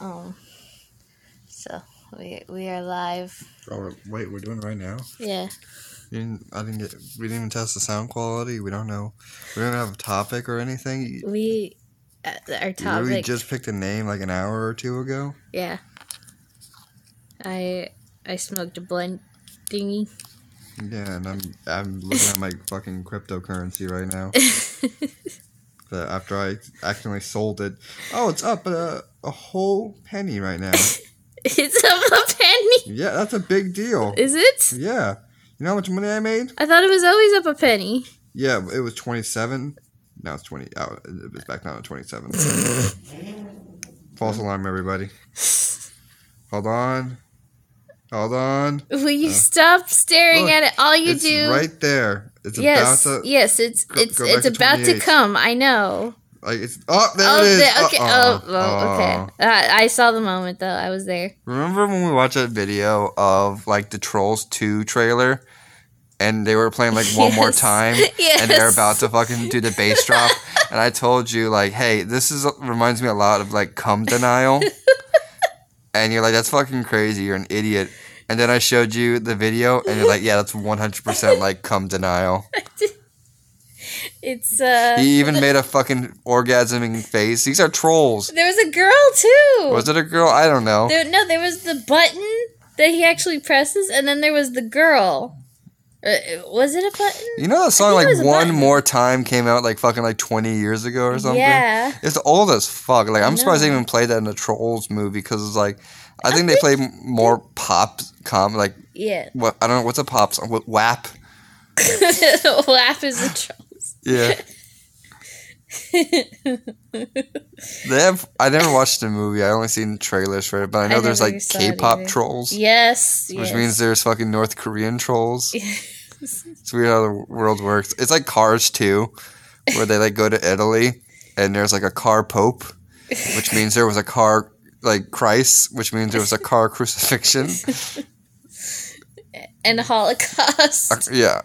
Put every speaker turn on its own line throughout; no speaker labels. Um, so we we are live.
Oh we're- wait, we're doing it right now.
Yeah.
You didn't, I didn't get. We didn't even test the sound quality. We don't know. We don't have a topic or anything. You,
We uh, our
you literally
topic.
just picked a name like an hour or two ago.
yeah. I I smoked a blunt dingy.
Yeah, and I'm I'm looking at my fucking cryptocurrency right now. But after I accidentally sold it, oh, it's up a, a whole penny right now.
it's up a penny.
Yeah, that's a big deal.
Is it?
Yeah, you know how much money I made?
I thought it was always up a penny.
Yeah, it was twenty seven. Now it's twenty. Oh, it was back down to twenty seven. False alarm, everybody. Hold on. Hold on.
Will you stop staring
Uh, look,
at it? All you
it's
do.
right there. It's
yes.
about to.
yes. It's
go-
it's
go back
it's
to
about to
28.
come. I know.
Like it's. Oh, there
oh,
it is. Uh-uh.
the- okay.
Uh-oh.
Oh, well, okay. Uh, I saw the moment though. I was there.
Remember when we watched that video of like the Trolls Two trailer, and they were playing like one more
Yes.
time,
Yes.
and they're about to fucking do the bass drop, and I told you like, hey, this is reminds me a lot of like Cum Denial, and you're like, that's fucking crazy, you're an idiot. And then I showed you the video, and you're like, yeah, that's 100% like Cum Denial.
It's uh.
He even made a fucking orgasming face. These are trolls.
There was a girl too.
Was it a girl? I don't know.
There, no, there was the button that he actually presses, and then there was the girl. Uh, was it a button?
You know that song
think it
like
was a
one
button.
more time came out like fucking like twenty years ago or something.
Yeah.
it's old as fuck. Like I'm surprised they
know.
even played that in the Trolls movie because it's like I think they play m- more pop com like
Yeah.
what I don't know what's a pop song what WAP
Laugh is a trolls.
yeah. they have. I never watched the movie. I only seen trailers for it, but I know there's
never
like
saw it
K-pop
either.
trolls,
Yes.
which
yes.
means there's fucking North Korean trolls.
Yes.
It's weird how the world works. It's like Cars too, where they like go to Italy and there's like a car pope, which means there was a car like Christ, which means there was a car crucifixion.
and Holocaust.
Yeah.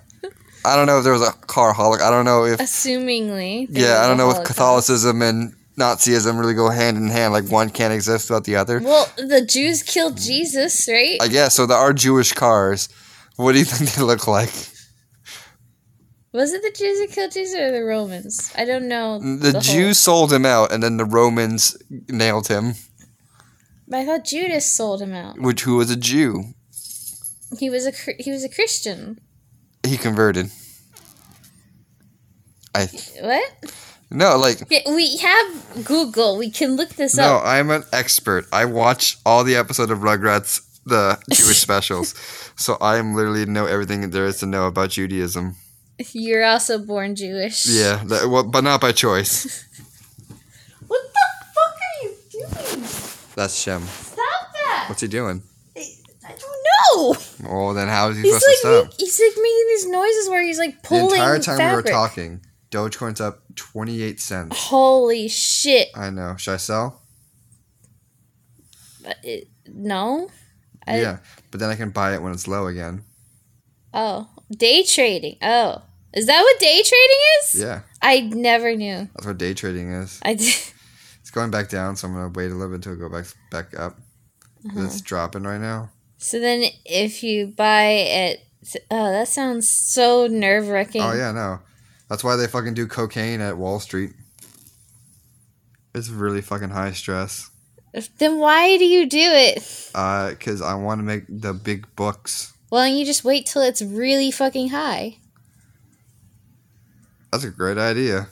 I don't know if there was a car holic. I don't know if
Assumingly. there
yeah,
was
I
a
don't know if
Holocaust.
Catholicism and Nazism really go hand in hand. Like one can't exist without the other.
Well, the Jews killed Jesus, right?
I guess so. There are Jewish cars. What do you think they look like?
was it the Jews that killed Jesus or the Romans? I don't know.
The,
whole-
Jews sold him out, and then the Romans nailed him,
But I thought Judas sold him out.
which who was a Jew.
He was a cr- he was a Christian.
he converted. I
What?
no, like
Yeah, we have Google. We can look this
no,
up.
I'm an expert. I watch all the episode of Rugrats, the Jewish specials, so I am literally know everything there is to know about Judaism.
You're also born Jewish.
Yeah, that, well, but not by choice.
What the fuck are you doing?
That's Shem.
Stop that!
What's he doing?
I don't know.
Well, then how is he
He's
supposed to
like
stop?
ma- he's like making these noises where he's like
The
pulling
entire time
fabric.
we were talking, Dogecoin's up twenty eight cents.
Holy shit!
I know. Should I sell?
Uh, it- no. I-
yeah, but then I can buy it when it's low again.
Oh, day trading. Oh, is that what day trading is?
Yeah,
I never knew.
that's what day trading is.
I did.
It's going back down, so I'm gonna wait a little bit till it go back back up. 'Cause It's
Uh-huh.
dropping right now.
So then, if you buy at oh, that sounds so nerve wracking.
Oh yeah, no. That's why they fucking do cocaine at Wall Street. It's really fucking high stress.
Then why do you do it?
Uh, cause I want to make the big bucks.
Well, you just wait till it's really fucking high.
That's a great idea.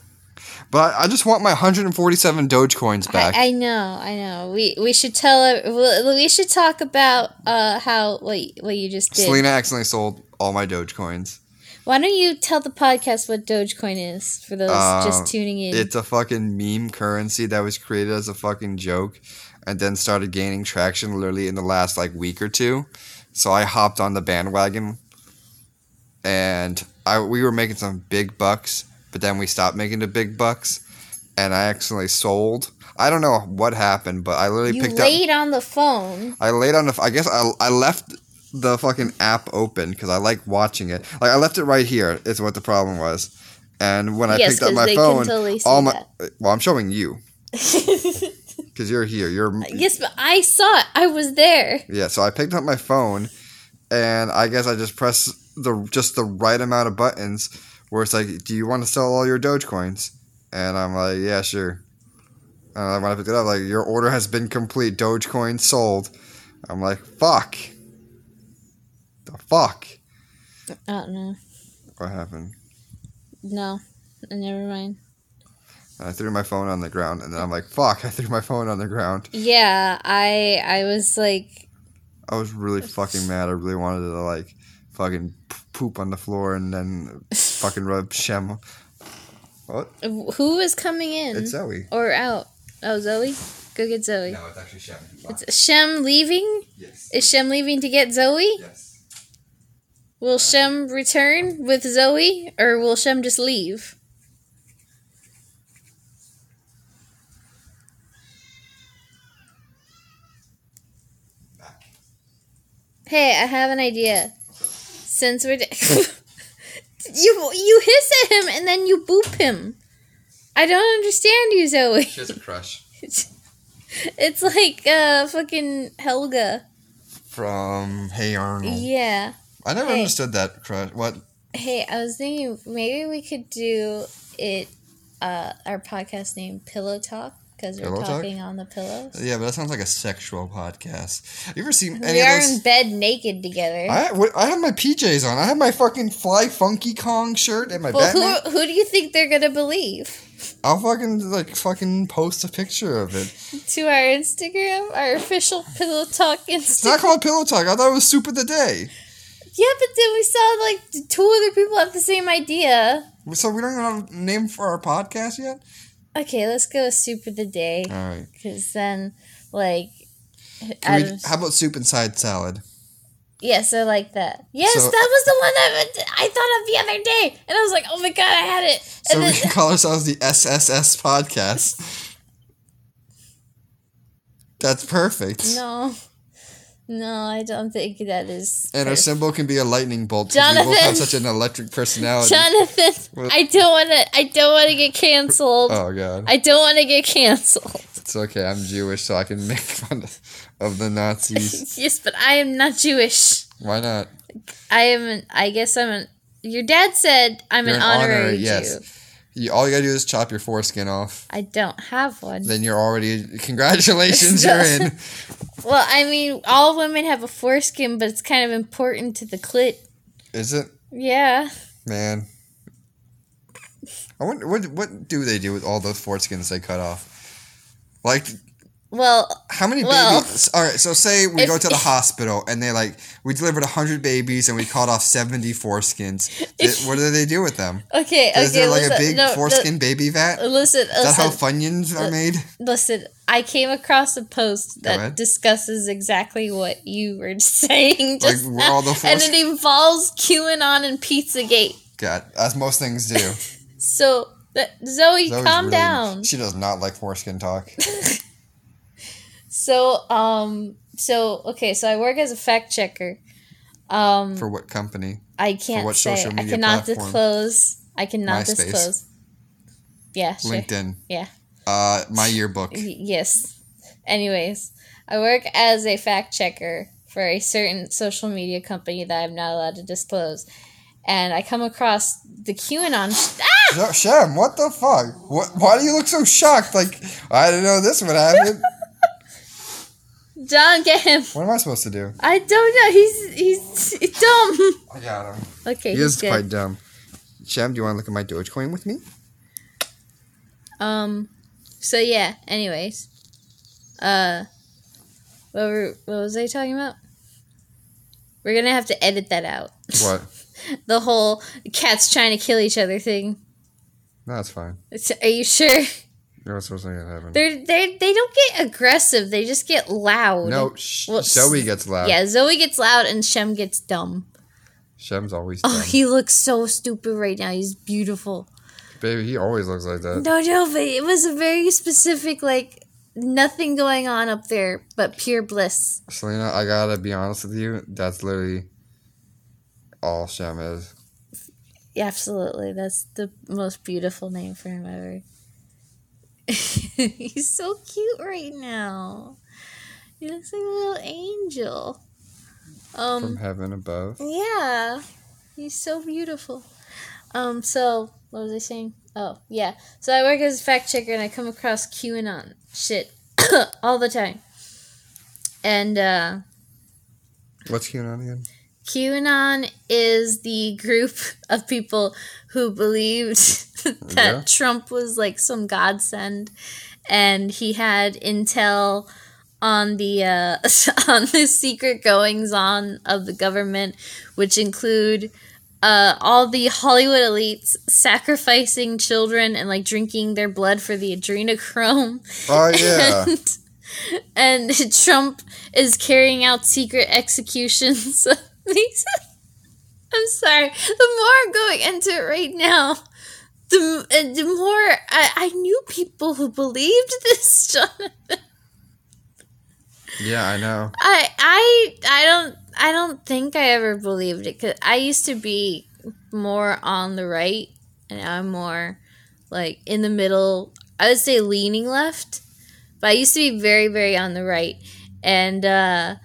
But I just want my 147 Dogecoins back.
I, I know, I know. We we should tell it. well, We should talk about uh how what y- what you just did.
Selena accidentally sold all my Dogecoins.
Why don't you tell the podcast what Dogecoin is for those
Uh,
just tuning in?
It's a fucking meme currency that was created as a fucking joke and then started gaining traction literally in the last like week or two. So I hopped on the bandwagon and I we were making some big bucks, but then we stopped making the big bucks and I accidentally sold. I don't know what happened, but I literally
you
picked up
laid on the phone.
I laid on the f- I guess I I left the fucking app open cuz I like watching it. Like I left it right here is what the problem was. And when I
Yes,
picked up
'cause
my
they can
phone,
totally see
all my well, I'm showing you.
that.
Because because you're here. You're
Yes, but I saw it. I was there.
yeah. So I picked up my phone, and I guess I just pressed the just the right amount of buttons where it's like, "Do you want to sell all your Dogecoins?" And I'm like, "Yeah, sure." And when I picked it up, like, "Your order has been complete. Dogecoin sold." I'm like, "Fuck." The fuck.
I don't know.
What happened?
No, never mind.
And I threw my phone on the ground, and then I'm like, "Fuck!" I threw my phone on the ground.
Yeah, I I was like,
I was really fucking mad. I really wanted to like fucking p- poop on the floor and then fucking rub Shem.
who is coming in
It's uh, Zoe.
or out? Oh, Zoe, go get Zoe.
it's actually Shem.
It's Shem leaving.
Yes.
Is Shem leaving to get Zoe?
Yes.
Will Shem return with Zoe, or will Shem just leave? Hey, I have an idea. Since we're d- you you hiss at him and then you boop him. I don't understand you, Zoe.
She has a crush.
It's like uh fucking Helga.
From Hey Arnold.
Yeah.
I never
Hey.
understood that crush. What?
Hey, I was thinking maybe we could do it, uh, our podcast name Pillow Talk because we're
Pillow Talk?
talking on the pillows.
Yeah, but that sounds like a sexual podcast. Have you ever seen any
We are
of those?
in bed naked together.
I, what, I have my PJs on. I have my fucking Fly Funky Kong shirt and my
well,
Batman.
who who do you think they're gonna believe?
I'll fucking like fucking post a picture of it.
To our Instagram, our official Pillow Talk
It's not
Instagram.
called Pillow Talk. I thought it was Soup of the Day.
yeah, but then we saw like t- two other people have the same idea.
So we don't even have a name for our podcast yet.
Okay, let's go with soup of the day
All right.
because then like.
Can we,
Adam's-
how about soup and side salad?
Yes, I like that. Yes,
So-
that was the one that I thought of the other day, and I was like, "Oh my god, I had it!"
So
And
we
then,
can call ourselves the SSS podcast. That's perfect.
no, no, I don't think that is.
And our
perfect.
symbol can be a lightning bolt. 'cause We both
Jonathan.
have such an electric personality.
Jonathan, I don't want to. I don't want to get canceled.
oh god,
I don't want to get canceled.
it's okay. I'm Jewish, so I can make fun of the Nazis.
yes, but I am not Jewish.
Why not?
I am. An, I guess I'm an. Your dad said I'm
You're
an
an
honorary,
honorary,
Jew.
yes. You, all you gotta do is chop your foreskin off.
I don't have one.
Then you're already congratulations. You're in.
Well, I mean, all women have a foreskin, but it's kind of important to the clit.
Is it?
Yeah.
Man. I wonder what what do they do with all those foreskins they cut off? Like
Well,
how many
Well-
babies? All right, so say we
If-
go to the hospital and they like we delivered hundred babies and we cut off seventy foreskins.
If-
Th- what do they do with them?
okay, okay.
Is there like
listen,
a big
no,
foreskin baby vat?
no, listen,
Is that how
listen,
Funyuns are made?
listen. I came across a post that
ahead.
discusses exactly what you were saying
Like,
just
we're
now,
all the
and
force-
it involves QAnon and Pizzagate.
God, as most things do.
So, that, Zoe,
Zoe's
calm
really-
down.
She does not like foreskin talk.
So, um, so okay, so I work as a fact checker. Um,
For what company?
I can't
what
say.
social
I
media
cannot
platform?
disclose. I cannot
MySpace.
disclose. Yeah, sure.
LinkedIn.
Yeah.
Uh, my yearbook.
Y- Yes. Anyways, I work as a fact checker for a certain social media company that I'm not allowed to disclose. And I come across the QAnon. Sh- ah!
No, Shem, what the fuck? What, why do you look so shocked? Like, I didn't know this would happen.
John, get him.
what am I supposed to do?
I don't know. He's he's, he's dumb.
I got him.
Okay,
He
he's
is
good.
quite dumb. Shem, do you want to look at my Dogecoin with me?
Um. So yeah. Anyways. Uh. What were, what was I talking about? We're gonna have to edit that out.
What?
The whole cats trying to kill each other thing.
No, it's fine.
It's- Are you sure?
You're not supposed to make that happen.
They're they they don't get aggressive. They just get loud.
No, uh, sh-
Well,
Zoe gets loud.
Yeah, Zoe gets loud and Shem gets dumb.
Shem's always dumb.
Oh, he looks so stupid right now. He's beautiful.
Baby, he always looks like that.
No, no, but it was a very specific like nothing going on up there but pure bliss.
Selena, I gotta be honest with you. That's literally all Shem is.
Yeah, absolutely. That's the most beautiful name for him ever. He's so cute right now. He looks like a little angel. Um,
from heaven above.
yeah, he's so beautiful. Um, so what was I saying? Oh, yeah. So I work as a fact checker, and I come across QAnon shit all the time. And uh,
What's QAnon again?
QAnon is the group of people who believed that
Yeah.
Trump was like some godsend, and he had intel on the uh, on the secret goings on of the government, which include uh, all the Hollywood elites sacrificing children and like drinking their blood for the adrenochrome.
Oh yeah,
And, and Trump is carrying out secret executions. of these. I'm sorry. The more I'm going into it right now, the, uh, the more I, I knew people who believed this, Jonathan.
yeah, I know.
I I I don't I don't think I ever believed it because I used to be more on the right and now I'm more like in the middle. I would say leaning left, but I used to be very very on the right, and uh,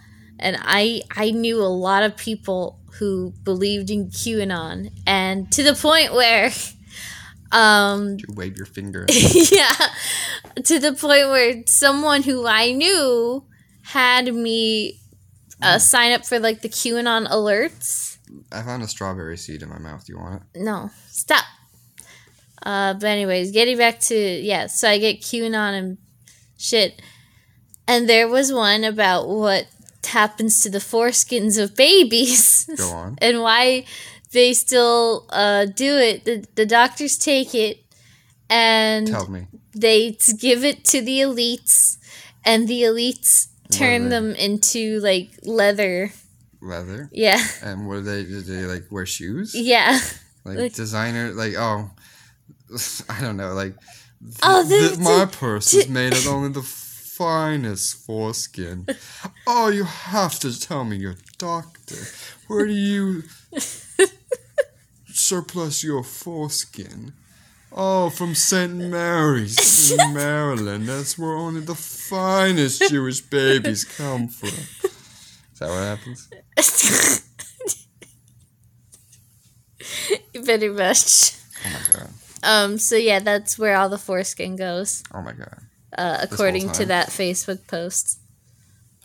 and I I knew a lot of people who believed in QAnon, and to the point where. Um,
You wave your finger.
yeah to the point where someone who i knew had me uh, sign up for like the qanon alerts
I found a strawberry seed in my mouth. You want it?
no stop uh, but anyways getting back to yeah so i get qanon and shit and there was one about what happens to the foreskins of babies
Go on.
and why they still uh, do it the, the doctors take it and
Tell me.
they t- give it to the elites and the elites turn
Leather.
them into like leather
Leather.
yeah
And what do they do? They like wear shoes?
yeah
Like
like-
designer? Like oh, I don't know. Like th-
Oh, they-
th- my
they-
purse
they-
is made of only the finest foreskin. Oh, you have to tell me your doctor. Where do you surplus your foreskin? Oh, from St. Mary's in Maryland. That's where only the finest Jewish babies come from. Is that what happens?
pretty much
Oh my god.
um so yeah that's where all the foreskin goes
Oh my god.
uh,
whole
according to
time.
that facebook post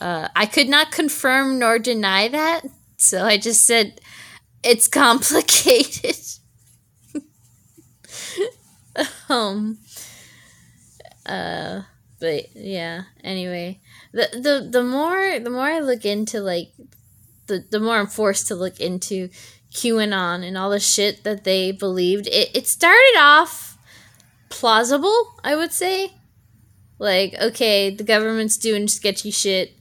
uh, i could not confirm nor deny that so i just said it's complicated um uh but yeah anyway the the the more the more i look into like the the more i'm forced to look into qanon and all the shit that they believed it, it started off plausible i would say like okay the government's doing sketchy shit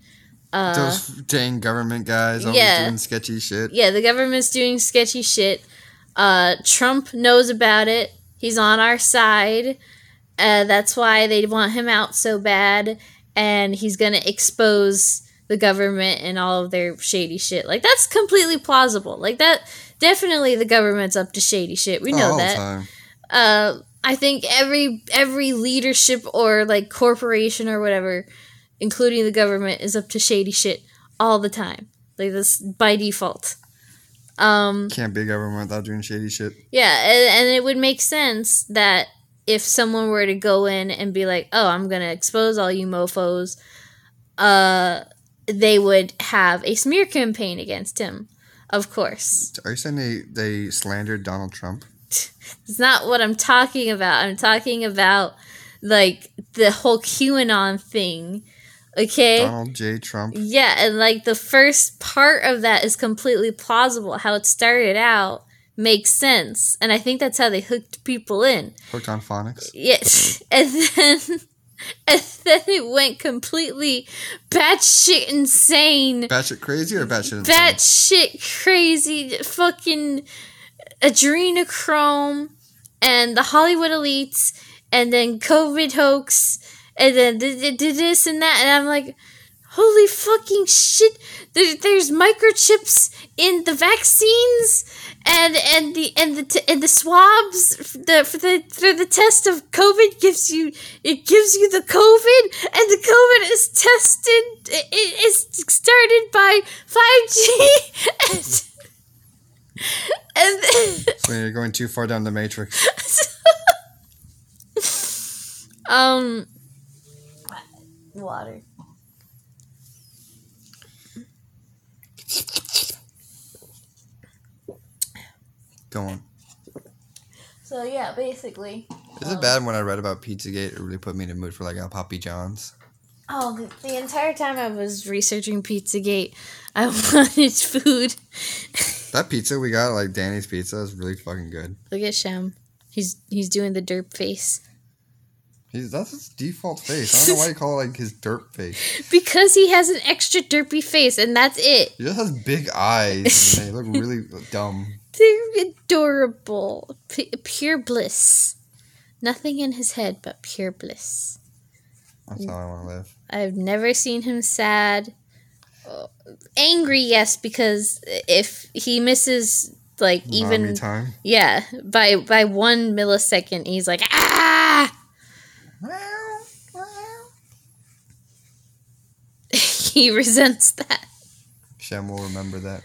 uh
Those dang government guys always
yeah.
doing sketchy shit.
yeah, the government's doing sketchy shit. Uh, Trump knows about it. He's on our side. Uh, that's why they want him out so bad. And he's going to expose the government and all of their shady shit. Like, that's completely plausible. Like, that definitely the government's up to shady shit. We
Oh,
know
all the
that
time.
uh, I think every every leadership or like corporation or whatever, including the government, is up to shady shit all the time. Like this by default. Um,
Can't be a government without doing shady shit.
yeah, and, and it would make sense that if someone were to go in and be like, "Oh, I'm gonna expose all you mofo's," uh, they would have a smear campaign against him. Of course.
Are you saying they, they slandered Donald Trump?
It's not what I'm talking about. I'm talking about like the whole QAnon thing. Okay?
Donald J. Trump?
Yeah, and like the first part of that is completely plausible. How it started out makes sense. And I think that's how they hooked people in.
Hooked on phonics?
Yes. And then and then it went completely batshit insane.
Batshit crazy or batshit insane?
batshit crazy fucking adrenochrome and the Hollywood elites and then COVID hoax and then th- th- th- this and that. And I'm like, holy fucking shit there, there's microchips in the vaccines and and the and the t- and the swabs f- the for the for the test of covid gives you it gives you the covid and the covid is tested i- i- is started by 5g and, and
So you're going too far down the matrix.
Um. Water.
Go on.
So yeah, basically.
Is it bad when I read about Pizzagate? It really put me in a mood for like a Poppy John's.
Oh, the, the entire time I was researching Pizzagate, I wanted food.
That pizza we got, like Danny's pizza, is really fucking good.
Look at Shem. He's he's doing the derp face
He's that's his default face. I don't know why you call it like his derp face.
because he has an extra derpy face, and that's it.
He just has big eyes. and they look really dumb.
They're adorable, P- pure bliss. Nothing in his head but pure bliss.
That's how I want to live.
I've never seen him sad. Uh, Angry, yes, because if he misses like
Mommy
even
time.
yeah, by by 1 millisecond, he's like ah! he resents that.
Shem will remember that.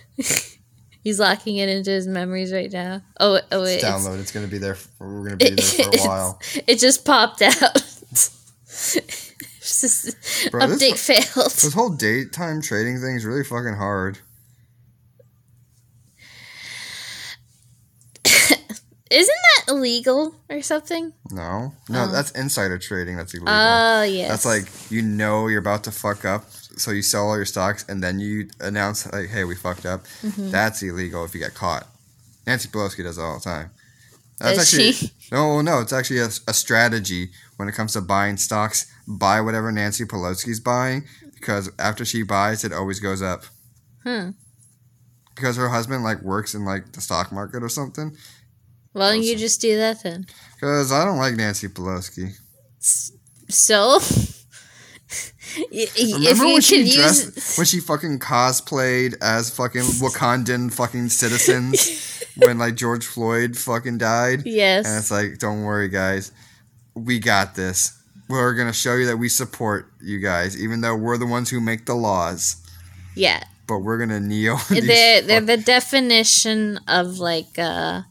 He's locking it into his memories right now. Oh, oh wait.
It's
it's-
download. It's gonna be there. For, we're gonna be there for a
it's-
while.
It just popped out. It's just-
Bro, this
update failed.
This whole daytime trading thing is really fucking hard.
Isn't that illegal or something?
No, no,
Uh.
that's insider trading. That's illegal.
Oh, yes.
That's like you know you're about to fuck up, so you sell all your stocks and then you announce like, "Hey, we fucked up."
Mm-hmm.
That's illegal if you get caught. Nancy Pelosi does it all the time. That's
Does
actually
she?
no, no. It's actually a, a strategy when it comes to buying stocks. Buy whatever Nancy Pelosi's buying because after she buys, it always goes up.
Hmm.
Because her husband like works in like the stock market or something.
Why don't you just do that then?
Because I don't like Nancy Pelosi.
So, Y- y- if
Remember
you
when she
could
dressed
use,
when she fucking cosplayed as fucking Wakandan fucking citizens when like George Floyd fucking died? And
yes,
it's like, don't worry guys, we got this. We're gonna show you that we support you guys, even though we're the ones who make the laws.
yeah,
But we're gonna kneel. these
they're they're
fuck-
the definition of like uh,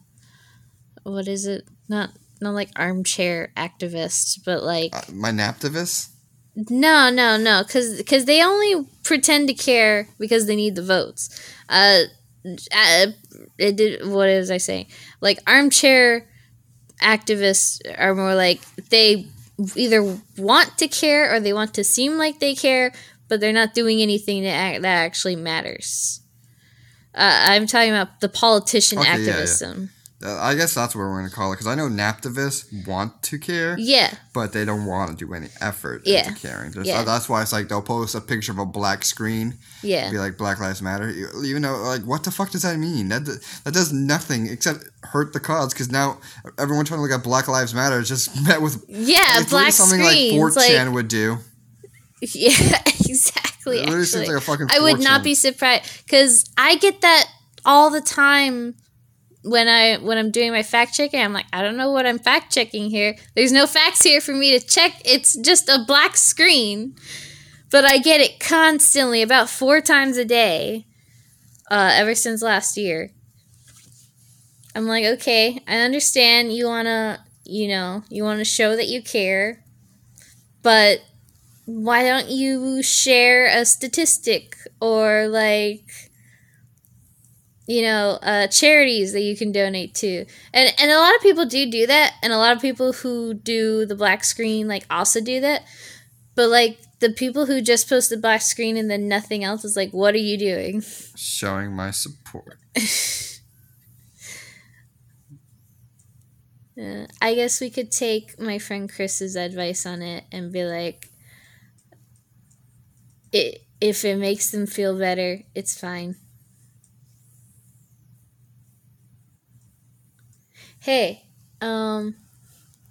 what is it? Not not like armchair activists, but like
my naptivist?
no, no, no, because they only pretend to care because they need the votes. Uh, uh, it did. What was I saying? Like armchair activists are more like they either want to care or they want to seem like they care, but they're not doing anything that ac- that actually matters. Uh, I'm talking about the politician
Okay, yeah, yeah.
activism.
Uh, I guess that's what we're gonna call it because I know naptivists want to care.
Yeah.
but they don't want to do any effort
Yeah.
into caring. Just-
Yeah.
That's why it's like they'll post a picture of a black screen,
yeah,
be like Black Lives Matter. You, you know, like what the fuck does that mean? That d- that does nothing except hurt the cause because now everyone trying to look at Black Lives Matter is just met with
yeah, Black
something
screens,
like 4chan
like
would do.
Yeah, exactly.
It literally seems
actually.
like a fucking
I would not
fortune.
be surprised because I get that all the time when I when I'm doing my fact checking. I'm like, I don't know what I'm fact checking here. There's no facts here for me to check. It's just a black screen. But I get it constantly, about four times a day, uh, ever since last year. I'm like, okay, I understand you wanna, you know, you wanna show that you care, but why don't you share a statistic or like you know uh, charities that you can donate to and and a lot of people do do that and a lot of people who do the black screen like also do that but like the people who just post the black screen and then nothing else is like what are you doing
Showing my support.
Uh, I guess we could take my friend Chris's advice on it and be like, it, if it makes them feel better, it's fine. Hey, um,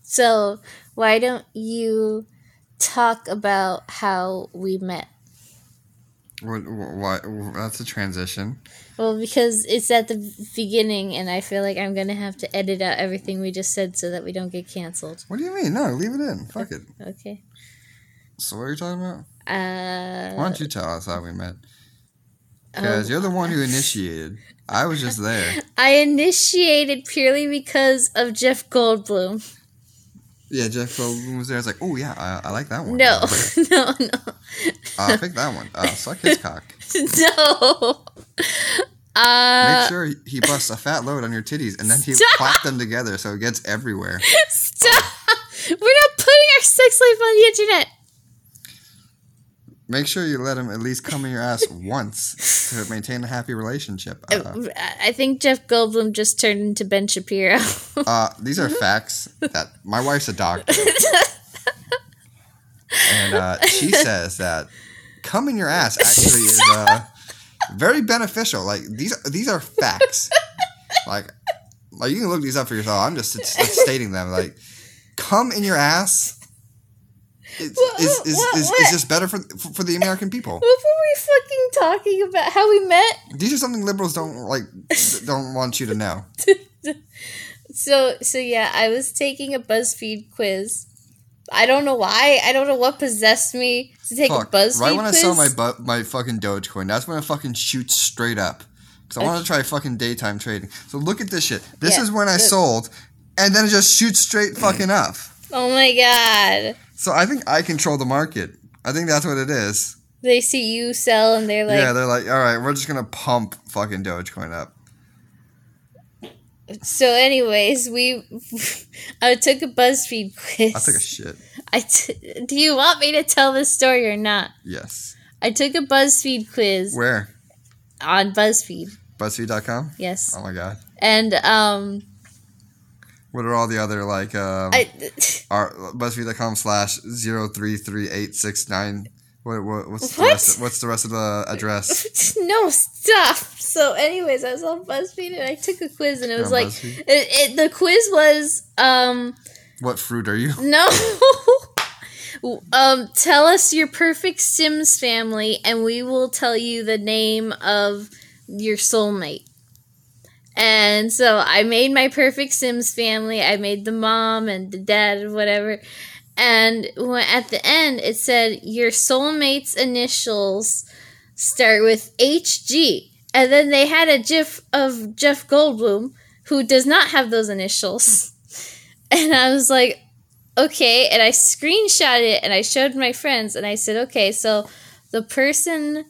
so why don't you talk about how we met?
What, why, that's a transition.
Well, because it's at the beginning, and I feel like I'm gonna have to edit out everything we just said so that we don't get canceled.
What do you mean? No, leave it in. Fuck it.
Okay.
So what are you talking about? Why
Uh,
don't you tell us how we met?
oh.
Because you're the one who initiated. I was just there.
I initiated purely because of Jeff Goldblum.
Yeah, Jeff Goldblum was there. I was like, oh yeah, I, I like that one.
No, no, no,
Uh, pick that one. Uh, suck his cock.
no. Uh,
Make sure he busts a fat load on your titties, and then he
Stop.
clap them together so it gets everywhere.
stop. We're not putting our sex life on the internet.
Make sure you let him at least come in your ass once to maintain a happy relationship. Uh,
I- I think Jeff Goldblum just turned into Ben Shapiro.
uh, these are facts that my wife's a doctor, and uh, she says that cum in your ass actually is uh, very beneficial. Like these, these are facts. Like, like you can look these up for yourself. I'm just, just stating them. Like, cum in your ass. Is, is, is,
What-
is,
what-
is just better for, for for the American people.
what were we fucking talking about? How we met?
These are something liberals don't like, don't want you to know.
So so yeah, I was taking a BuzzFeed quiz. I don't know why. I don't know what possessed me to take
Fuck,
a BuzzFeed
right when
quiz.
I saw my bu- my fucking Dogecoin, that's when I fucking shoot straight up because I want to try fucking daytime trading. So look at this shit. This
Yeah,
is when I
look.
sold, and then it just shoots straight fucking up.
oh my god.
So I think I control the market. I think that's what it is.
They see you sell and they're like
yeah, they're like, all right, we're just gonna pump fucking Dogecoin up.
so anyways, we I took a BuzzFeed quiz.
I took a shit.
I t- do you want me to tell this story or not?
Yes.
I took a BuzzFeed quiz
Where?
on BuzzFeed.
BuzzFeed.com.
Yes.
Oh my god.
And um
What are all the other like? Um,
I
our BuzzFeed.com slash zero three three eight six nine. What, what, what's
What?
the rest? Of, what's the rest of the address?
no stop. So, anyways, I was on BuzzFeed and I took a quiz and it was
on
like
BuzzFeed.
it, it, the quiz was um
What fruit are you?
no. um tell us your perfect Sims family and we will tell you the name of your soulmate. And so I made my perfect Sims family. I made the mom and the dad and whatever. And when, at the end, it said your soulmate's initials start with HG. And then they had a gif of Jeff Goldblum, who does not have those initials. And I was like, okay. And I screenshot it and I showed my friends and I said, okay, so the person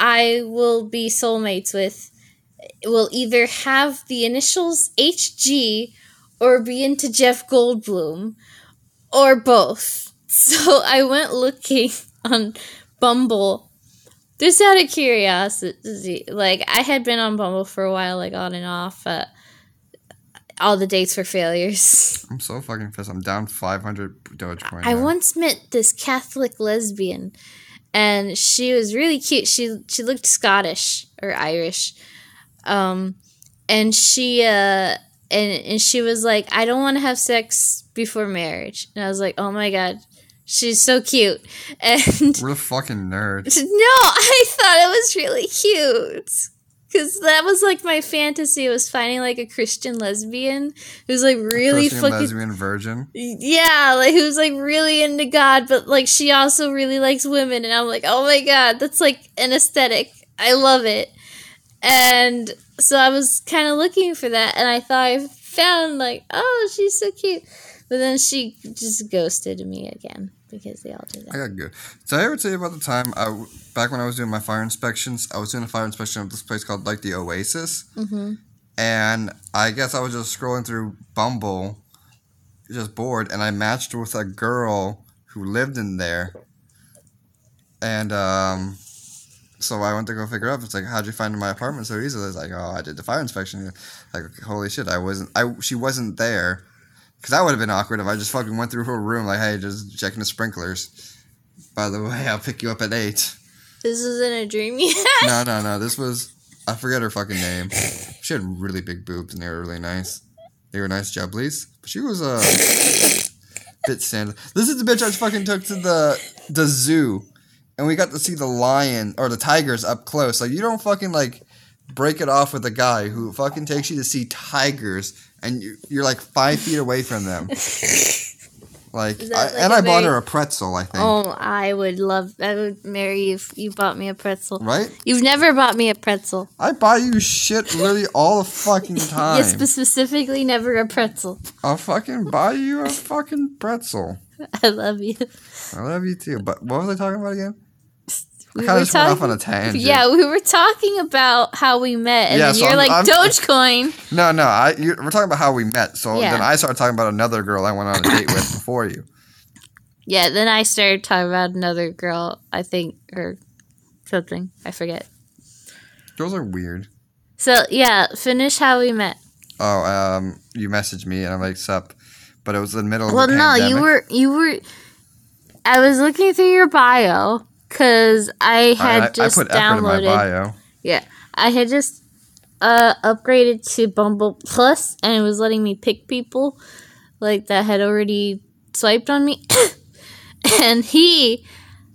I will be soulmates with will either have the initials HG or be into Jeff Goldblum or both. So I went looking on Bumble just out of curiosity, like I had been on Bumble for a while, like on and off. Uh, all the dates were failures.
I'm so fucking pissed. I'm down 500 Dogecoin.
I
now.
once met this Catholic lesbian, and she was really cute. She she looked Scottish or Irish, um, and she uh, and and she was like, I don't want to have sex before marriage, and I was like, Oh my god, she's so cute, and
We're a fucking nerd.
No, I thought it was really cute. Cause that was like my fantasy was finding like a Christian lesbian who's like really
Christian
fucking
lesbian virgin.
yeah, like who's like really into God, but like she also really likes women, and I'm like, oh my god, that's like an aesthetic. I love it. And so I was kind of looking for that, and I thought I found like, oh, she's so cute, but then she just ghosted me again because they all do
I
that.
got good. Did I ever tell you about the time I w- back when I was doing my fire inspections? I was doing a fire inspection of this place called like the Oasis,
hmm
and I guess I was just scrolling through Bumble, just bored, and I matched with a girl who lived in there, and um. So I went to go figure her up. It's like, how'd you find my apartment so easily? It's like, oh, I did the fire inspection. Like, holy shit, I wasn't. I she wasn't there, because that would have been awkward if I just fucking went through her room. Like, hey, just checking the sprinklers. By the way, I'll pick you up at eight.
This isn't a dream yet.
No, no, no. This was I forget her fucking name. She had really big boobs and they were really nice. They were nice jubblies. But she was uh, a bit sand. This is the bitch I fucking took to the the zoo and we got to see the lion or the tigers up close. Like you don't fucking like break it off with a guy who fucking takes you to see tigers, and you, you're like five feet away from them. Like,
Is
I,
that like
and
a
I bought
very-
her a pretzel. I think
Oh, I would love. I would marry you if you bought me a pretzel.
right.
You've never bought me a pretzel.
I buy you shit literally all the fucking time.
Yes, but specifically never a pretzel.
I'll fucking buy you a fucking pretzel.
I love you.
I love you too. But what was I talking about again? I
We
kind
were
of just went off
talking-
on a tangent.
Yeah, we were talking about how we met, and
Yeah,
then
so
you're
I'm-
like
I'm-
Dogecoin.
No, no. I you, we're talking about how we met. So
Yeah.
then I started talking about another girl I went on a date with before you.
Yeah, then I started talking about another girl, I think, or something. I forget.
Girls are weird.
So yeah, finish how we met.
Oh, um, you messaged me and I'm like, sup. But it was in the middle of
well,
the
no,
pandemic.
you were you were. I was looking through your bio because I
All right,
had just
I, I put effort in my
downloaded.
bio.
Yeah, I had just uh, upgraded to Bumble Plus, and it was letting me pick people like that had already swiped on me. and he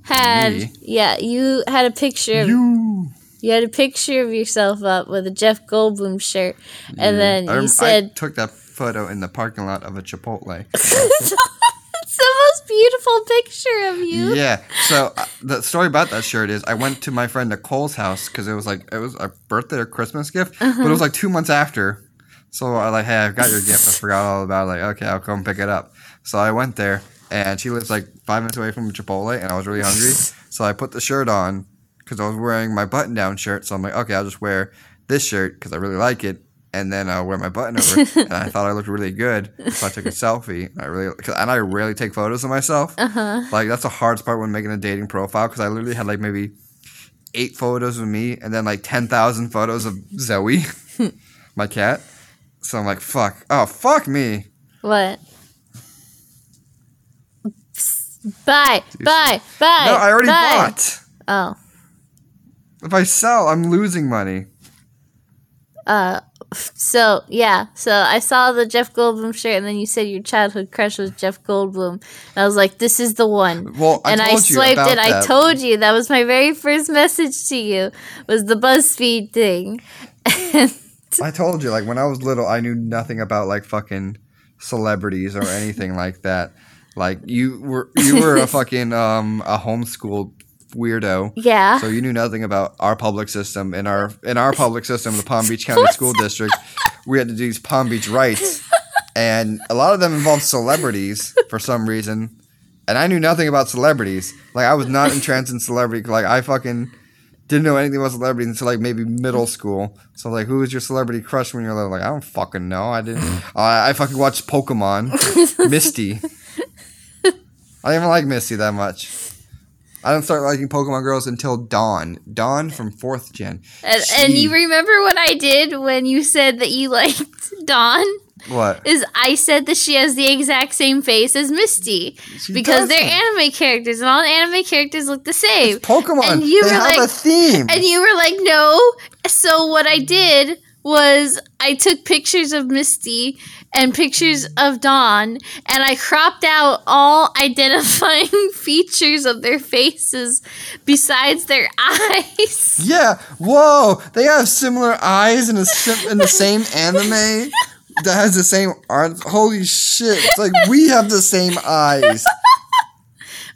had
Me?
yeah, you had a picture. Of, you.
You.
had a picture of yourself up with a Jeff Goldblum shirt, and then
I, rem-
you
I
said
took that photo in the parking lot of a Chipotle.
it's the most beautiful picture of you.
Yeah. So uh, the story about that shirt is I went to my friend Nicole's house because it was like it was a birthday or Christmas gift, but it was like two months after. So I like, hey, I've got your gift. I forgot all about. It. Like, okay, I'll come pick it up. So I went there, and she lives like five minutes away from Chipotle, and I was really hungry, so I put the shirt on because I was wearing my button-down shirt. So I'm like, okay, I'll just wear this shirt because I really like it. And then I'll wear my button over, and I thought I looked really good, so I took a selfie. And I really, cause, and I rarely take photos of myself. Like that's the hardest part when making a dating profile because I literally had like maybe eight photos of me and then like ten thousand photos of Zoe, my cat. So I'm like, fuck, oh fuck me.
What? Bye, bye, bye.
no, I already
bye.
bought.
Oh,
If I sell, I'm losing money.
so yeah, so I saw the Jeff Goldblum shirt, and then you said your childhood crush was Jeff Goldblum, and I was like, "This is the one."
Well, I
and I
told you
swiped
about
it. I
that.
told you that was my very first message to you was the BuzzFeed thing.
I told you, like when I was little, I knew nothing about like fucking celebrities or anything like that. Like you were, you were a fucking um a homeschool weirdo.
Yeah,
So you knew nothing about our public system in our in our public system, the Palm Beach County School District. We had to do these Palm Beach rights, and a lot of them involved celebrities for some reason. And I knew nothing about celebrities. Like I was not entranced in celebrity. Like I fucking didn't know anything about celebrities until like maybe middle school. So like, who was your celebrity crush when you were little? Like I don't fucking know. I didn't. I, I fucking watched Pokemon, Misty. I didn't even like Misty that much. I didn't start liking Pokemon girls until Dawn. Dawn from fourth gen.
and, and
She-
you remember what I did when you said that you liked Dawn?
what?
Is I said that she has the exact same face as Misty
She
because they're
doesn't.
anime characters, and all anime characters look the same.
Pokemon.
and you
they
were
have a
like-
theme.
And you were like, no. So what I did was I took pictures of Misty and pictures of Dawn, and I cropped out all identifying features of their faces besides their eyes.
yeah. Whoa. They have similar eyes in a sim- in the same anime that has the same art. Holy shit! It's like we have the same eyes.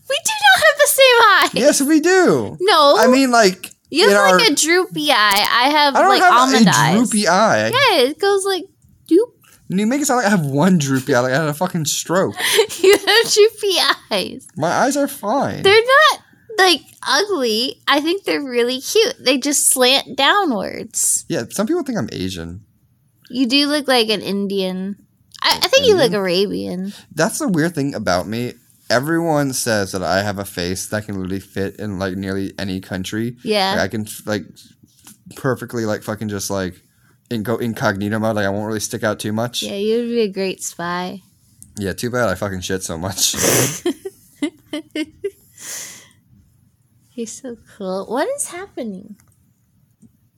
We do not have the same eye.
Yes, we do.
No.
I mean, like
you
in
have like
our-
a droopy eye. I have
I don't
like
have
almond
a
eyes.
droopy eye.
Yeah, it goes like doop.
You make it sound like I have one droopy eye. Like I had a fucking stroke.
you have droopy eyes.
My eyes are fine.
They're not like ugly. I think they're really cute. They just slant downwards.
yeah. Some people think I'm Asian.
You do look like an Indian. I, I think you
Mm-hmm.
look Arabian.
That's the weird thing about me. Everyone says that I have a face that can literally fit in like nearly any country.
Yeah.
Like, I can like perfectly like fucking just like in go incognito mode. Like I won't really stick out too much.
Yeah, you would be a great spy.
Yeah, too bad I fucking shit so much.
You're so cool. What is happening?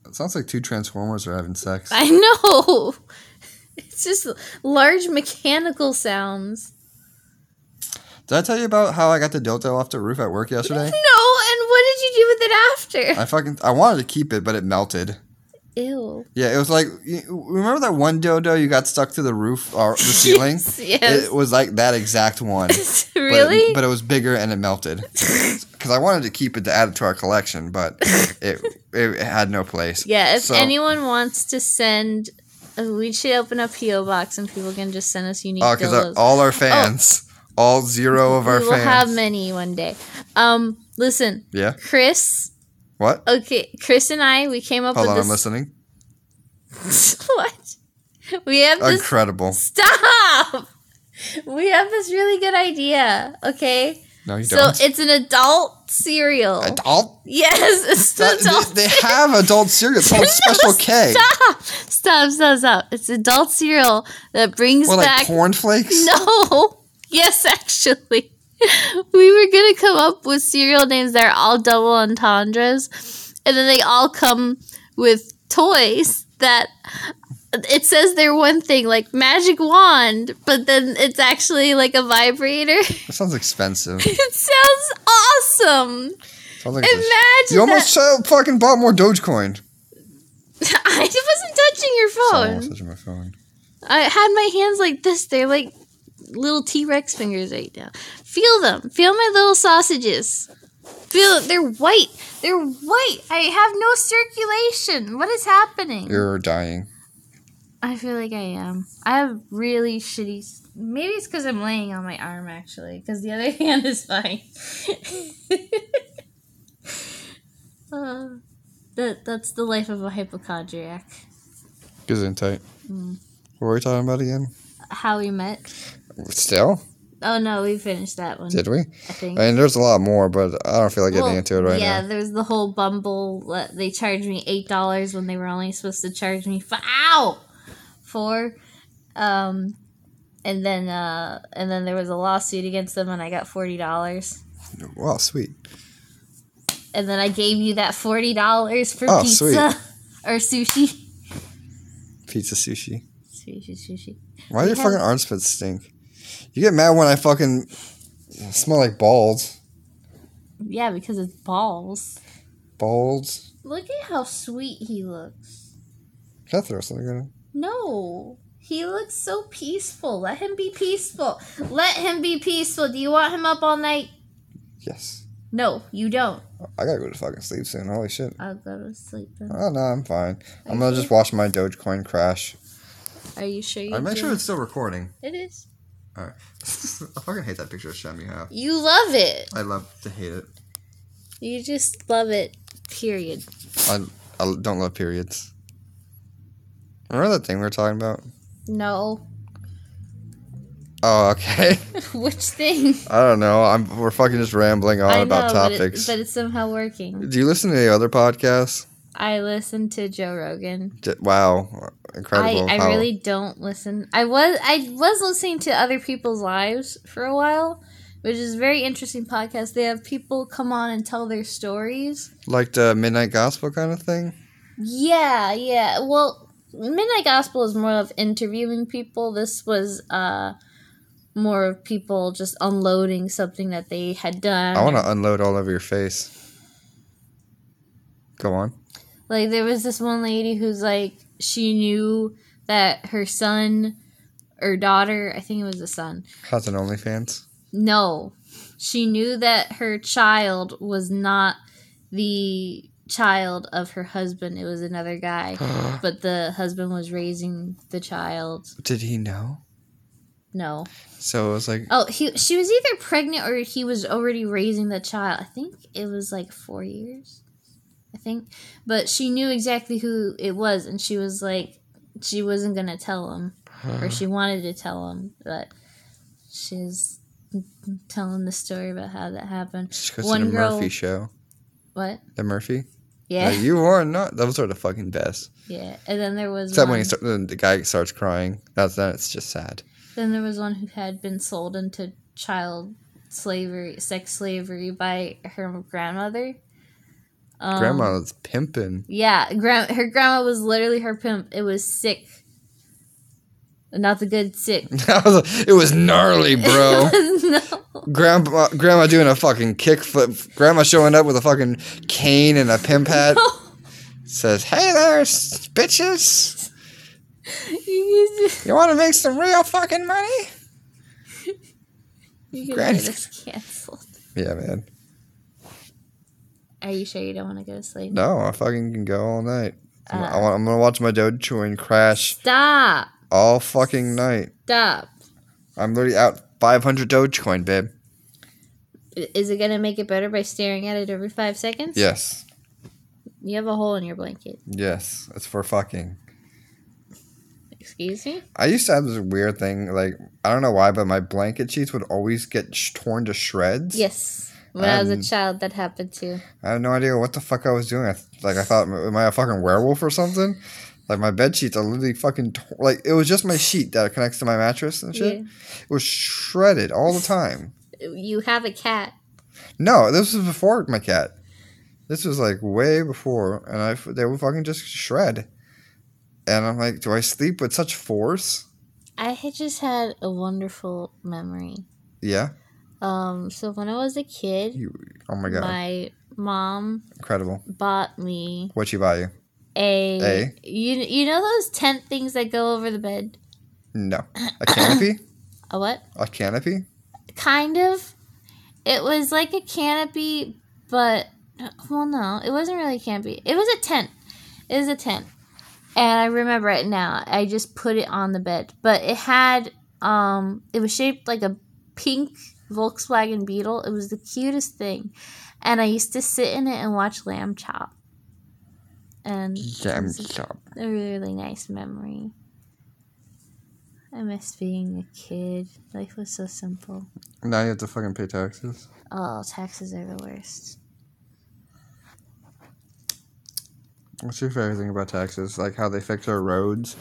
it sounds like two Transformers are having sex.
I know. It's just large mechanical sounds.
Did I tell you about how I got the dildo off the roof at work yesterday?
No, and what did you do with it after?
I fucking I wanted to keep it, but it melted.
Ew.
Yeah, it was like you- remember that one dodo you got stuck to the roof or the ceiling?
Yes. yes.
It was like that exact one. But it-
really?
But it, was bigger and it melted. Because I wanted to keep it to add it to our collection, but it it had no place.
yeah, if
so-
anyone wants to send, uh, we should open a P.O. box and people can just send us unique
Oh,
dildos.
because all our fans, all zero of our
we will
fans.
have many one day. Um, listen,
yeah.
Chris.
What?
Okay, Chris and I, we came up
Hold on,
with
I'm
this.
listening.
what? We have this
Incredible.
Stop! We have this really good idea, okay?
No, you
So
don't.
it's an adult cereal.
adult.
Yes, it's an
That-
adult.
they, they have adult cereal. It's called Special K.
Stop! Stop! Stop! Stop! It's adult cereal that brings
Well, like
back.
cornflakes.
no. Yes, actually, we were gonna come up with cereal names that are all double entendres, and then they all come with toys that. It says they're one thing, like magic wand, but then it's actually like a vibrator.
That sounds expensive.
It sounds awesome.
Sounds like
Imagine
it's- you almost
that.
so- fucking bought more Dogecoin.
I wasn't touching your
Someone was
phone.
touching my phone.
I had my hands like this. They're like little T Rex fingers right now. Feel them. Feel my little sausages. Feel it. They're white. They're white. I have no circulation. What is happening?
You're dying.
I feel like I am. I have really shitty. s- Maybe it's because I'm laying on my arm actually, because the other hand is fine. uh, that that's the life of a hypochondriac.
Gesundheit.
Mm.
What were we talking about again?
How we met?
Still?
Oh no, we finished that one.
Did we?
I think.
I mean, there's a lot more, but I don't feel like getting
Well,
into it right
yeah,
now.
there's the whole Bumble. uh, They charged me eight dollars when they were only supposed to charge me f- ow four. Um, and then uh, and then there was a lawsuit against them, and I got forty dollars.
Wow, sweet.
And then I gave you that forty dollars for
Oh,
pizza or sushi.
Pizza sushi.
Sushi, sushi.
Why do your
Because-
fucking armpits stink? You get mad when I fucking smell like balls.
Yeah, because it's balls.
Balls?
Look at how sweet he looks.
Can I throw something at him?
No. He looks so peaceful. Let him be peaceful. Let him be peaceful. Do you want him up all night?
Yes.
No, you don't.
I gotta go to fucking sleep soon. Holy shit.
I'll go to sleep then.
Oh, no, I'm fine. I'm gonna just watch my Dogecoin crash.
Are you sure you
I make
do?
sure it's still recording.
it is?
Alright. I fucking hate that picture of Shem you have.
You love it.
I love to hate it.
You just love it. Period.
I, I don't love periods. Remember that thing we were talking about?
No.
Oh, okay.
Which thing?
I don't know. I'm we're fucking just rambling on
I know,
about
but, it,
topics.
but it's somehow working.
Do you listen to the other podcasts?
I listen to Joe Rogan.
D- Wow,
I,
incredible!
I
how-
really don't listen. I was I was listening to other people's lives for a while, which is a very interesting podcast. They have people come on and tell their stories.
like the midnight gospel kind of thing.
Yeah, yeah. Well, Midnight Gospel is more of interviewing people. This was uh more of people just unloading something that they had done.
I want to unload all over your face. Go on.
Like there was this one lady who's like she knew that her son or daughter, I think it was a son.
How's an OnlyFans?
No. She knew that her child was not the child of her husband. It was another guy. but the husband was raising the child.
Did he know?
No.
So it was like
Oh, he she was either pregnant or he was already raising the child. I think it was like four years. I think. But she knew exactly who it was and she was like she wasn't gonna tell him. Or she wanted to tell him, but she's telling the story about how that happened.
she goes to
one
the
girl-
Murphy show.
What?
The Murphy.
Yeah.
Like, you are not. Those are the fucking best.
Yeah. And then there was
Except
one,
when he start, when the guy starts crying. That's then it's just sad.
then there was one who had been sold into child slavery sex slavery by her grandmother. Um,
Grandma's pimping.
Yeah, grand- her grandma was literally her pimp. It was sick. Not the good sick.
it was gnarly, bro.
no.
grandma, grandma doing a fucking kickflip. Grandma showing up with a fucking cane and a pimp hat. Says, "Hey there, s- bitches.
you
You want to make some real fucking money?"
can
Granny.
get us canceled.
Yeah, man.
Are you sure you don't want to go to sleep?
No, I fucking can go all night. I'm, I
Uh.
want, I'm gonna watch my Dogecoin crash
Stop.
all fucking night.
Stop.
I'm literally out 500 Dogecoin, babe.
I- Is it going to make it better by staring at it every five seconds?
Yes,
You have a hole in your blanket.
yes. It's for fucking.
Excuse me?
I used to have this weird thing, like I don't know why, but my blanket sheets would always get sh- torn to shreds.
Yes. When I was a
Um,
child, that happened too.
I had no idea what the fuck I was doing. I th- like I thought, am I a fucking werewolf or something? Like my bed sheets are literally fucking tor- like it was just my sheet that connects to my mattress and shit. It was shredded all the time.
Yeah. You have a cat.
No, this was before my cat. This was like way before, and I f- they would fucking just shred. And I'm like, do I sleep with such force?
I had just had a wonderful memory.
Yeah.
Um, so when I was a kid,
You, oh my god,
my mom
incredible.
bought me
What you buy you?
a,
A?
you you know those tent things that go over the bed.
No, a canopy,
A what?
a canopy.
Kind of. It was like a canopy, but well, no, it wasn't really a canopy. It was a tent. It was a tent, and I remember it now. I just put it on the bed, but it had um, it was shaped like a pink Volkswagen Beetle. It was the cutest thing, and I used to sit in it and watch lamb chop. And it
Damn
was a really nice memory. I miss being a kid. Life was so simple.
Now you have to fucking pay taxes.
Oh, taxes are the worst.
What's your favorite thing about taxes? Like how they fix our roads,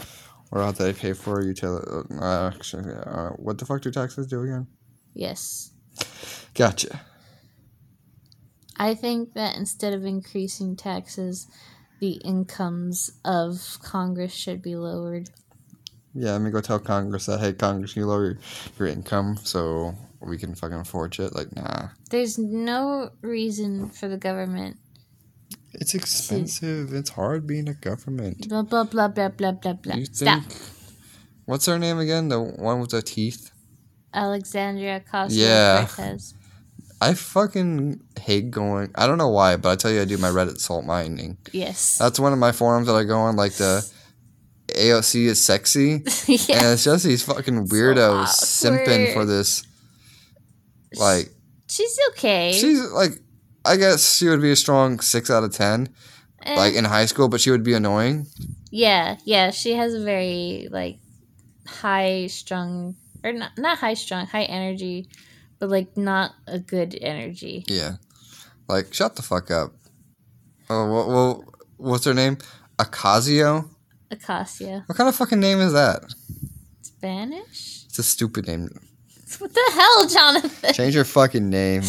or how they pay for utility? Uh, actually, uh, what the fuck do taxes do again?
Yes.
Gotcha.
I think that instead of increasing taxes, the incomes of Congress should be lowered.
Yeah, let me go tell Congress that hey, Congress, you lower your, your income so we can fucking afford shit. Like, nah,
There's no reason for the government.
it's expensive. It's hard being a government.
Blah, blah, blah, blah, blah, blah, blah.
You
Stop.
think? What's her name again? The one with the teeth.
Alexandria Ocasio
Yeah.
Cortez.
I fucking hate going. I don't know why, but I tell you, I do my Reddit salt mining.
Yes.
That's one of my forums that I go on, like the AOC is sexy.
yeah.
And it's just these fucking weirdos simping for
awkward.
this. Like,
She's okay.
she's like, I guess she would be a strong six out of 10,
Eh.
like in high school, but she would be annoying.
Yeah, yeah, she has a very like high strung or not not high strung, high energy, but like not a good energy.
Yeah. Like, shut the fuck up. Oh, well, well what's her name? Acasio?
Acacia.
What kind of fucking name is that?
Spanish?
It's a stupid name.
What the hell, Jonathan?
Change your fucking name.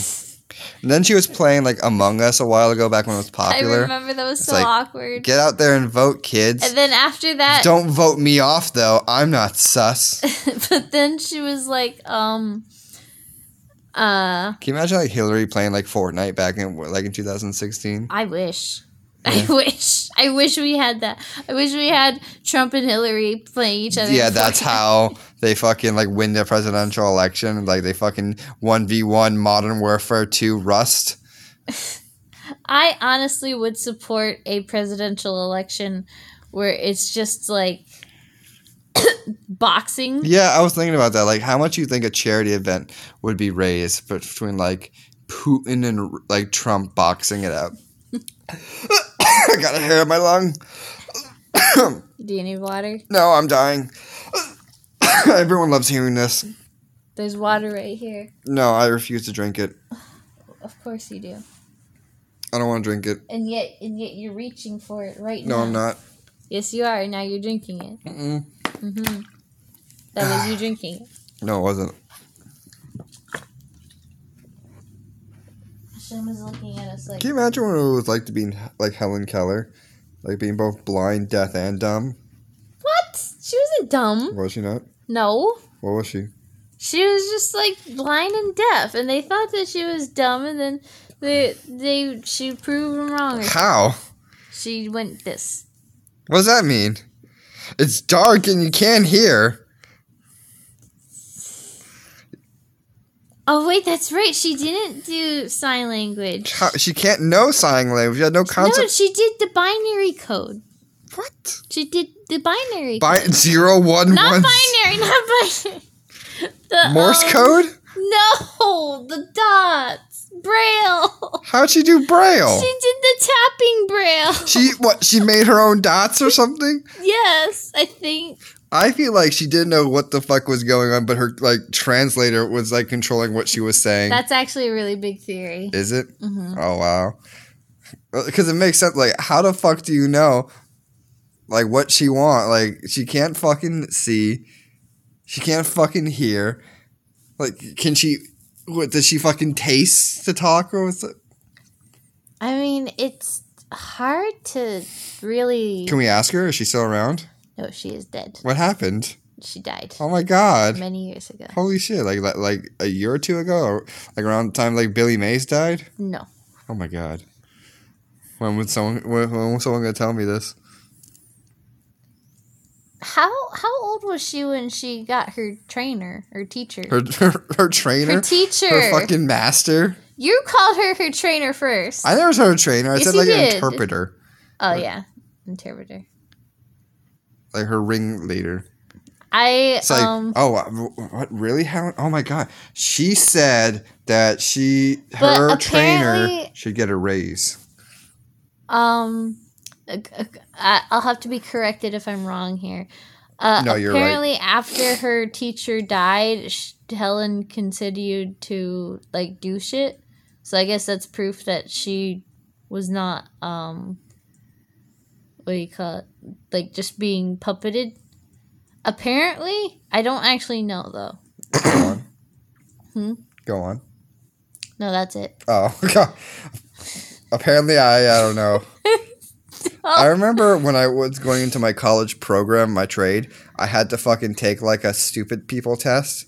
And then she was playing like Among Us a while ago, back when it was
I
popular.
remember that was
It's
so
like,
awkward.
Get out there and vote, kids.
and then after that
Don't vote me off though. I'm not sus. Can
but then she was like, um uh
you imagine like Hillary playing like Fortnite back in like in 2016?
I wish. I wish. I wish we had that. I wish we had Trump and Hillary playing each other.
Yeah,
in
that's
Fortnite.
how they fucking like win the presidential election. Like they fucking 1v1 Modern Warfare 2 Rust.
I honestly would support a presidential election where it's just like boxing.
Yeah, I was thinking about that. Like how much you think a charity event would be raised between like Putin and like Trump boxing it up? I got a hair in my lung.
Do you need water?
No, I'm dying. Everyone loves hearing this.
There's water right here.
No, I refuse to drink it.
Of course you do.
I don't want to drink it.
And yet, and yet you're reaching for it right
No,
now.
I'm not.
Yes, you are. Now you're drinking it.
Mm-mm.
hmm That was you drinking it.
No, it wasn't.
Hashem was looking at us like,
Can you imagine what it was like to be like Helen Keller? Like being both blind, deaf, and dumb?
what? She wasn't dumb.
Was she not?
No.
What was she?
She was just like blind and deaf, and they thought that she was dumb, and then they they she proved them wrong.
How?
She went this.
What does that mean? It's dark and you can't hear.
Oh wait, that's right. She didn't do sign language.
How- She can't know sign language. She had no
No,
concept.
she did the binary code.
What?
She did the binary.
Bi- zero one
not
one-
binary. Not binary. The,
Morse
um,
code?
No, the dots. Braille.
How'd she do braille?
She did the tapping braille.
she what? She made her own dots or something?
yes, I think.
I feel like she didn't know what the fuck was going on, but her like translator was like controlling what she was saying.
That's actually a really big theory.
Is it?
Mhm.
Oh wow. Because it makes sense. Like, how the fuck do you know, like, what she want? Like, she can't fucking see. She can't fucking hear. Like, can she? What does she fucking taste to talk or what's
I mean, it's hard to really.
Can we ask her? Is she still around?
no, she is dead.
What happened?
She died
Oh my god!
many years ago.
Holy shit! Like, like, like a year or two ago, or like around the time like Billy Mays died.
No,
Oh my god! When would someone? When, when was someone gonna tell me this?
how how old was she when she got her trainer, her teacher,
Her her, her trainer.
her teacher?
Her fucking master.
you called her her trainer first.
I never said a trainer. I
Yes,
said
you
like an
did.
interpreter,
oh yeah, interpreter.
like her ringleader.
I
It's like,
um,
oh, uh, wh- what really? How? Oh my god! She said that she
But
her trainer
apparently-
should get a raise. oh.
Um, I- I- I'll have to be corrected if I'm wrong here. Uh,
No, you're right.
apparently, after her teacher died, sh- Helen continued to like do shit. So I guess that's proof that she was not um, what do you call it? Like just being puppeted. Apparently, I don't actually know though.
Go on.
Hmm?
Go on.
No, that's it.
Oh god! Apparently, I I don't know. I remember when I was going into my college program, my trade, I had to fucking take like a stupid people test.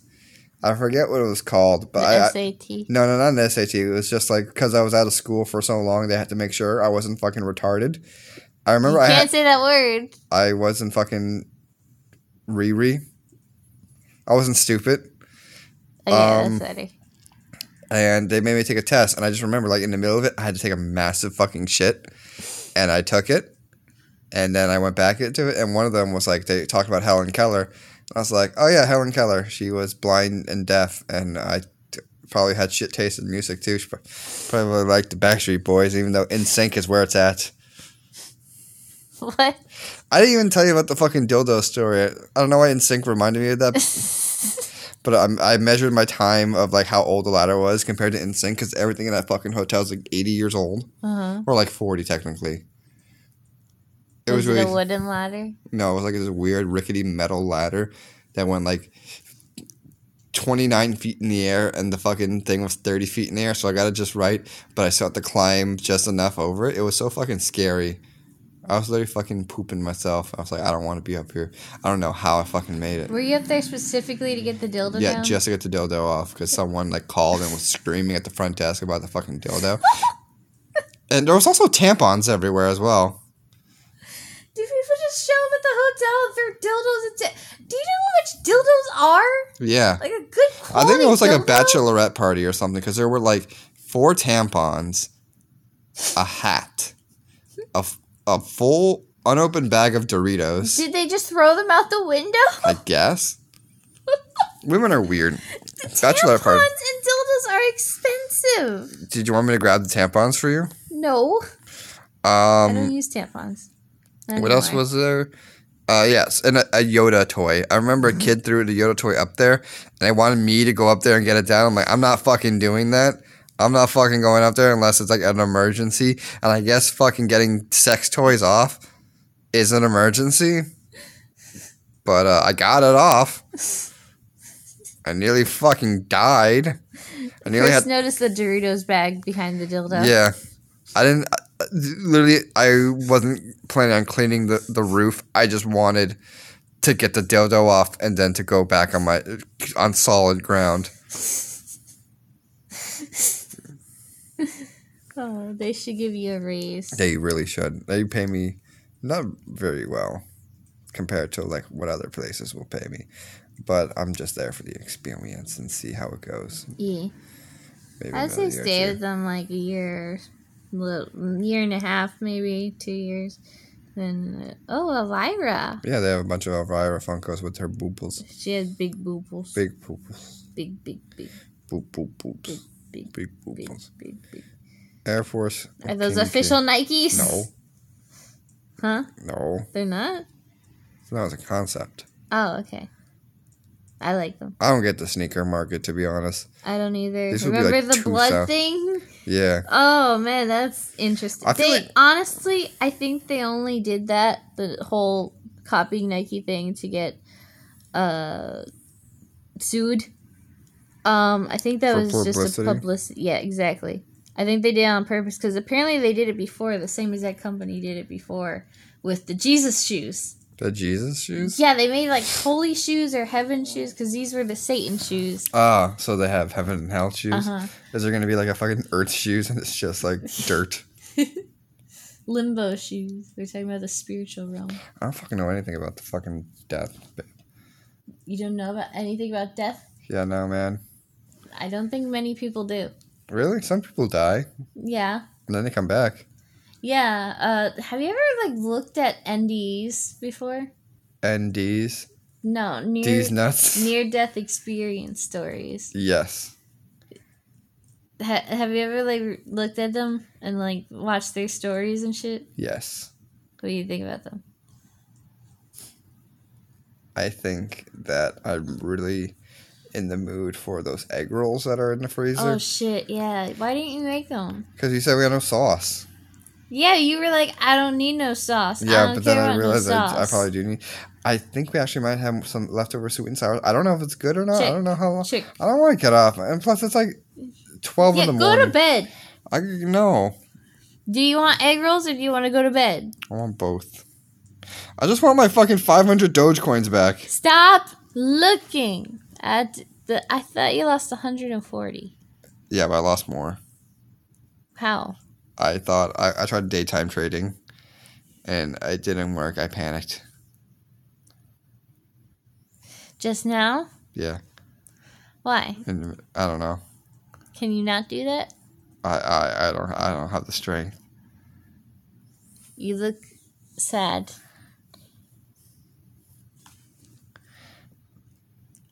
I forget what it was called, but
The
I,
SAT.
No, no, not an SAT. It was just like because I was out of school for so long, they had to make sure I wasn't fucking retarded. I remember I
Can't
had,
say that word.
I wasn't fucking Riri. I wasn't stupid,
Oh, yeah,
Um,
that's better.
and they made me take a test. And I just remember, like in the middle of it, I had to take a massive fucking shit, and I took it, and then I went back into it. And one of them was like they talked about Helen Keller. And I was like, oh yeah, Helen Keller. She was blind and deaf, and I probably had shit taste in music too. She pro- probably liked the Backstreet Boys, even though In Sync is where it's at.
What?
I didn't even tell you about the fucking dildo story. I don't know why In Sync reminded me of that. But I, I measured my time of like how old the ladder was compared to NSYNC because everything in that fucking hotel is like 80 years old
Uh-huh.
or like 40 technically. It was,
was it a
really
wooden ladder?
no, it was like this weird rickety metal ladder that went like 29 feet in the air and the fucking thing was 30 feet in the air. So I got it just right, but I still had to climb just enough over it. It was so fucking scary. I was literally fucking pooping myself. I was like, I don't want to be up here. I don't know how I fucking made it.
Were you up there specifically to get the dildo
Yeah,
down?
just to get the dildo off because someone like called and was screaming at the front desk about the fucking dildo. and there was also tampons everywhere as well.
Do people just show up at the hotel with their dildos? And ta- Do you know how much dildos are?
Yeah.
Like a good
I
quality.
think it was like a
dildo?
bachelorette party or something because there were like four tampons, a hat, a, f- a full unopened bag of Doritos,
Did they just throw them out the window?
I guess. Women are weird. Bachelorette
Tampons
party.
and dildos are expensive.
Did you want me to grab the tampons for you?
No, I
Um,
don't use tampons.
what else was there? Uh, yes, and a, a Yoda toy. I remember a kid threw the Yoda toy up there, and they wanted me to go up there and get it down. I'm like, I'm not fucking doing that. I'm not fucking going up there unless it's like an emergency. And I guess fucking getting sex toys off is an emergency. But uh, I got it off. I nearly fucking died. I nearly
First,
had
notice the Doritos bag behind the dildo.
yeah. I didn't uh, I- literally I wasn't planning on cleaning the, the roof. I just wanted to get the dildo off and then to go back on my on solid ground.
Oh, they should give you a raise.
They really should. They pay me not very well compared to like what other places will pay me. But I'm just there for the experience and see how it goes.
Yeah.
Maybe
I'd
another
say
year or
stay
two.
with them like a year, little, year and a half, maybe two years. Then, uh, oh, Elira.
Yeah, they have a bunch of Elvira Funkos with her booples.
She has big booples. Big,
Big pooples.
big, big, big,
Boop boop boops.
big,
Big
big,
booples.
big, big.
Air Force.
Are those
Kinky.
official Nikes?
No.
Huh?
No.
They're not?
That was a concept.
Oh, okay. I like them.
I don't get the sneaker market to be honest.
I don't either.
These would be,
Remember
like,
the
two
blood
sou-
thing?
Yeah.
Oh man, that's interesting.
I feel
they
like-
honestly, I think they only did that the whole copying Nike thing to get uh sued. Um, I think that
For
was just a
publicity?
publicity. Yeah, exactly. I think they did it on purpose because apparently they did it before. The same exact company did it before with the Jesus shoes.
The Jesus shoes?
Yeah, they made like holy shoes or heaven shoes because these were the Satan shoes.
Ah, so they have heaven and hell shoes.
Uh-huh.
Is there gonna be like a fucking earth shoes and it's just like dirt?
Limbo shoes. They're talking about the spiritual realm.
I don't fucking know anything about the fucking death. bit.
You don't know about anything about death?
Yeah, no, man.
I don't think many people do.
Really? Some people die
Yeah.
and then they come back.
Yeah. Uh, have you ever like looked at NDEs before?
NDs.
No, near
D's nuts.
near death experience stories.
yes.
Ha- have you ever like looked at them and like watched their stories and shit?
Yes.
What do you think about them?
I think that I'm really in the mood for those egg rolls that are in the
oh
freezer.
shit! Yeah. Why didn't you make them?
Because you said we had no sauce.
Yeah, you were like, I don't need no sauce. I
Yeah,
don't
but
care
then I
about
realized
no sauce.
I, I probably do need. I think we actually might have some leftover sweet and sour. I don't know if it's good or not.
Check.
I don't know how long.
Check.
I don't want to get off. And plus, it's like 12
yeah,
in the
go
morning.
to bed.
I no.
Do you want egg rolls or do you want to go to bed?
I want both. I just want my fucking 500 Dogecoins back.
Stop looking at the. I thought you lost 140.
Yeah, but I lost more.
How?
I thought I, I tried daytime trading, and it didn't work. I panicked.
Just now?
Yeah,
Why?
and I don't know.
Can you not do that?
I, I, I don't I don't have the strength.
You look sad.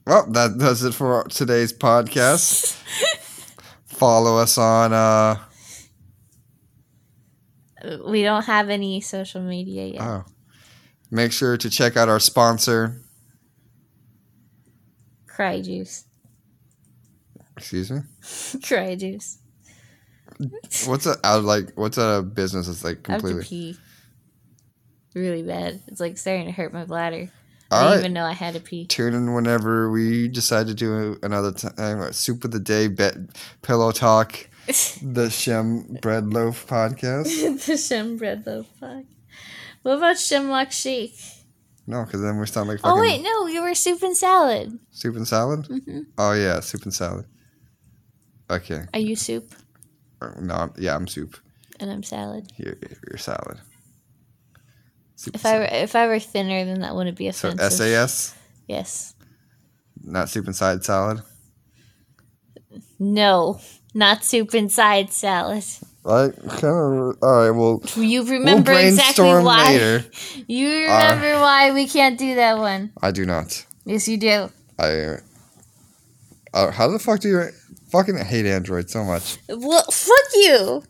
Well, that does it for today's podcast. Follow us on uh
We don't have any social media yet.
oh. Make sure to check out our sponsor.
Cry juice.
Excuse me.
Cry juice.
What's a I like what's a business that's like
I have to
completely
pee. Really bad. It's like starting to hurt my bladder. I
All
didn't
right.
even know I had to pee.
Tune in whenever we decide to do another time. uh, Soup of the day, bet pillow talk, the Shem bread loaf podcast.
the Shem bread though. Fuck. What about Shemlock Shake?
No, because then we sound like fucking
Oh wait, Mm-hmm. no, you were soup and salad.
soup and salad. Oh yeah, soup and salad. Okay,
Are you soup?
Uh, no, I'm, yeah, I'm soup.
And I'm salad.
You're, you're salad. Soup
If
and
I were, if I were thinner, then that wouldn't be
So
offensive.
SAS,
Yes.
not soup and side salad.
No, not soup inside salad.
I kind of all right. Well,
You remember
we'll
exactly
brainstorm
why.
later. Uh,
You remember why we can't do that one.
I do not.
Yes, you do.
I. Uh, how the fuck do you fucking hate Android so much?
Well, fuck you.